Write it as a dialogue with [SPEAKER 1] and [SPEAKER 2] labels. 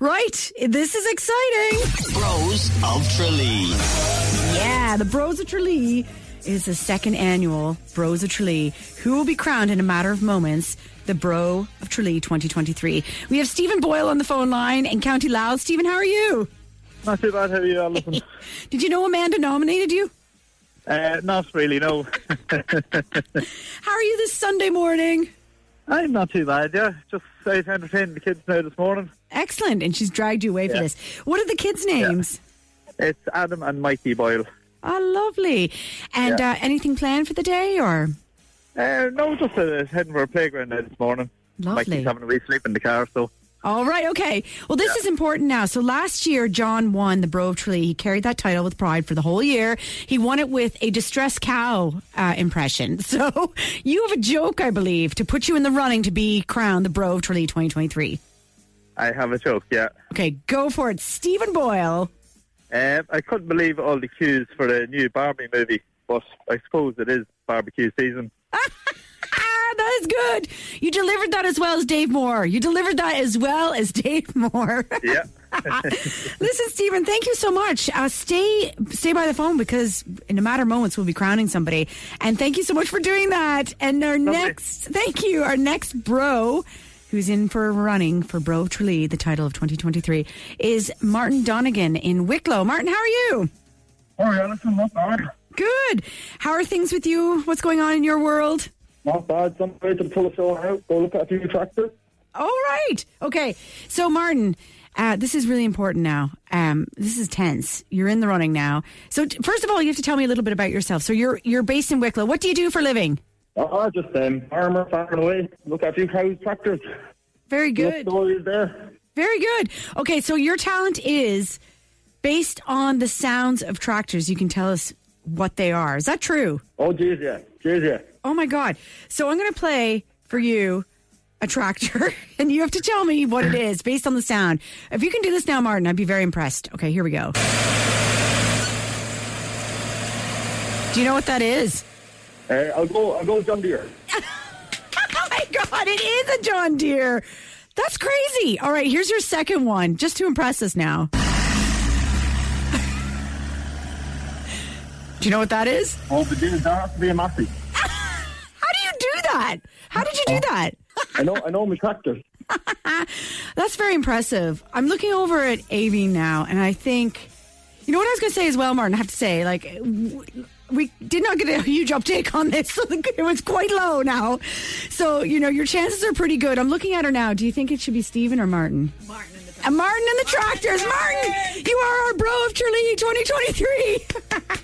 [SPEAKER 1] Right, this is exciting.
[SPEAKER 2] Bros of Tralee.
[SPEAKER 1] Yeah, the Bros of Tralee is the second annual Bros of Tralee, who will be crowned in a matter of moments the Bro of Tralee 2023. We have Stephen Boyle on the phone line in County Louth. Stephen, how are you?
[SPEAKER 3] Not too bad. How are you, Alison?
[SPEAKER 1] Did you know Amanda nominated you?
[SPEAKER 3] uh, not really. No,
[SPEAKER 1] How are you this Sunday morning?
[SPEAKER 3] I'm not too bad. Yeah, just out entertaining the kids now this morning.
[SPEAKER 1] Excellent. And she's dragged you away for
[SPEAKER 3] Yeah.
[SPEAKER 1] this. What are the kids' names?
[SPEAKER 3] It's Adam and Mikey Boyle.
[SPEAKER 1] Ah, lovely. And
[SPEAKER 3] Yeah.
[SPEAKER 1] uh, anything planned for the day or?
[SPEAKER 3] Uh, no, just uh, heading for a playground now this morning.
[SPEAKER 1] Lovely.
[SPEAKER 3] Mikey's having a wee sleep in the car, so
[SPEAKER 1] All right, okay. Well, this is important now. So last year, John won the Bro of Tralee. He carried that title with pride for the whole year. He won it with a distressed cow uh, impression. So you have a joke, I believe, to put you in the running to be crowned the Bro of Tralee 2023.
[SPEAKER 3] I have a joke. Yeah,
[SPEAKER 1] Okay, go for it. Stephen Boyle.
[SPEAKER 3] um, I couldn't believe all the cues for the new Barbie movie, but I suppose it is barbecue season.
[SPEAKER 1] Ah, that is good. You delivered that as well as Dave Moore. You delivered that as well as Dave Moore.
[SPEAKER 3] Yeah.
[SPEAKER 1] Listen, Stephen, thank you so much. Uh, stay stay by the phone because in a matter of moments we'll be crowning somebody. And thank you so much for doing that. And our next, thank you, our next bro. Who's in for running for Bro Tralee, the title of 2023, is Martin Donegan in Wicklow. Martin, how are you?
[SPEAKER 3] Oh, yeah, listen, not bad.
[SPEAKER 1] Good. How are things with you? What's going on in your world?
[SPEAKER 3] Not bad. Some way to pull us all out. Go look at a few tractors.
[SPEAKER 1] All right. Okay. So, Martin, uh, this is really important now. Um, this is tense. You're in the running now. So, t- first of all, you have to tell me a little bit about yourself. So, you're you're based in Wicklow. What do you do for a living?
[SPEAKER 3] Oh, just um, armour farming away. Look at a few cows, tractors.
[SPEAKER 1] Very good.
[SPEAKER 3] Stories there.
[SPEAKER 1] Very good. Okay. So, your talent is based on the sounds of tractors. You can tell us what they are. Is that true?
[SPEAKER 3] Oh, jeez, yeah. Jeez, yeah.
[SPEAKER 1] Oh my god. So, I'm going to play for you a tractor, and you have to tell me what it is based on the sound. If you can do this now, Martin, I'd be very impressed. Okay. Here we go. Do you know what that is?
[SPEAKER 3] Uh, I'll go. I'll go John Deere.
[SPEAKER 1] Oh my God, it is a John Deere. That's crazy. All right, here's your second one, just to impress us now. do you know what that is?
[SPEAKER 3] Oh, but Deere that has to be a massey.
[SPEAKER 1] How do you do that? How did you do that?
[SPEAKER 3] I know. I know my tractor.
[SPEAKER 1] That's very impressive. I'm looking over at AV now, and I think, you know what I was going to say as well, Martin? I have to say, like, w- we did not get a huge uptake on this, so the- it was quite low now. So, you know, your chances are pretty good. I'm looking at her now. Do you think it should be Stephen or Martin? Martin and the, Martin and the Tractors. Martin, you are our bro of Cheerleading 2023.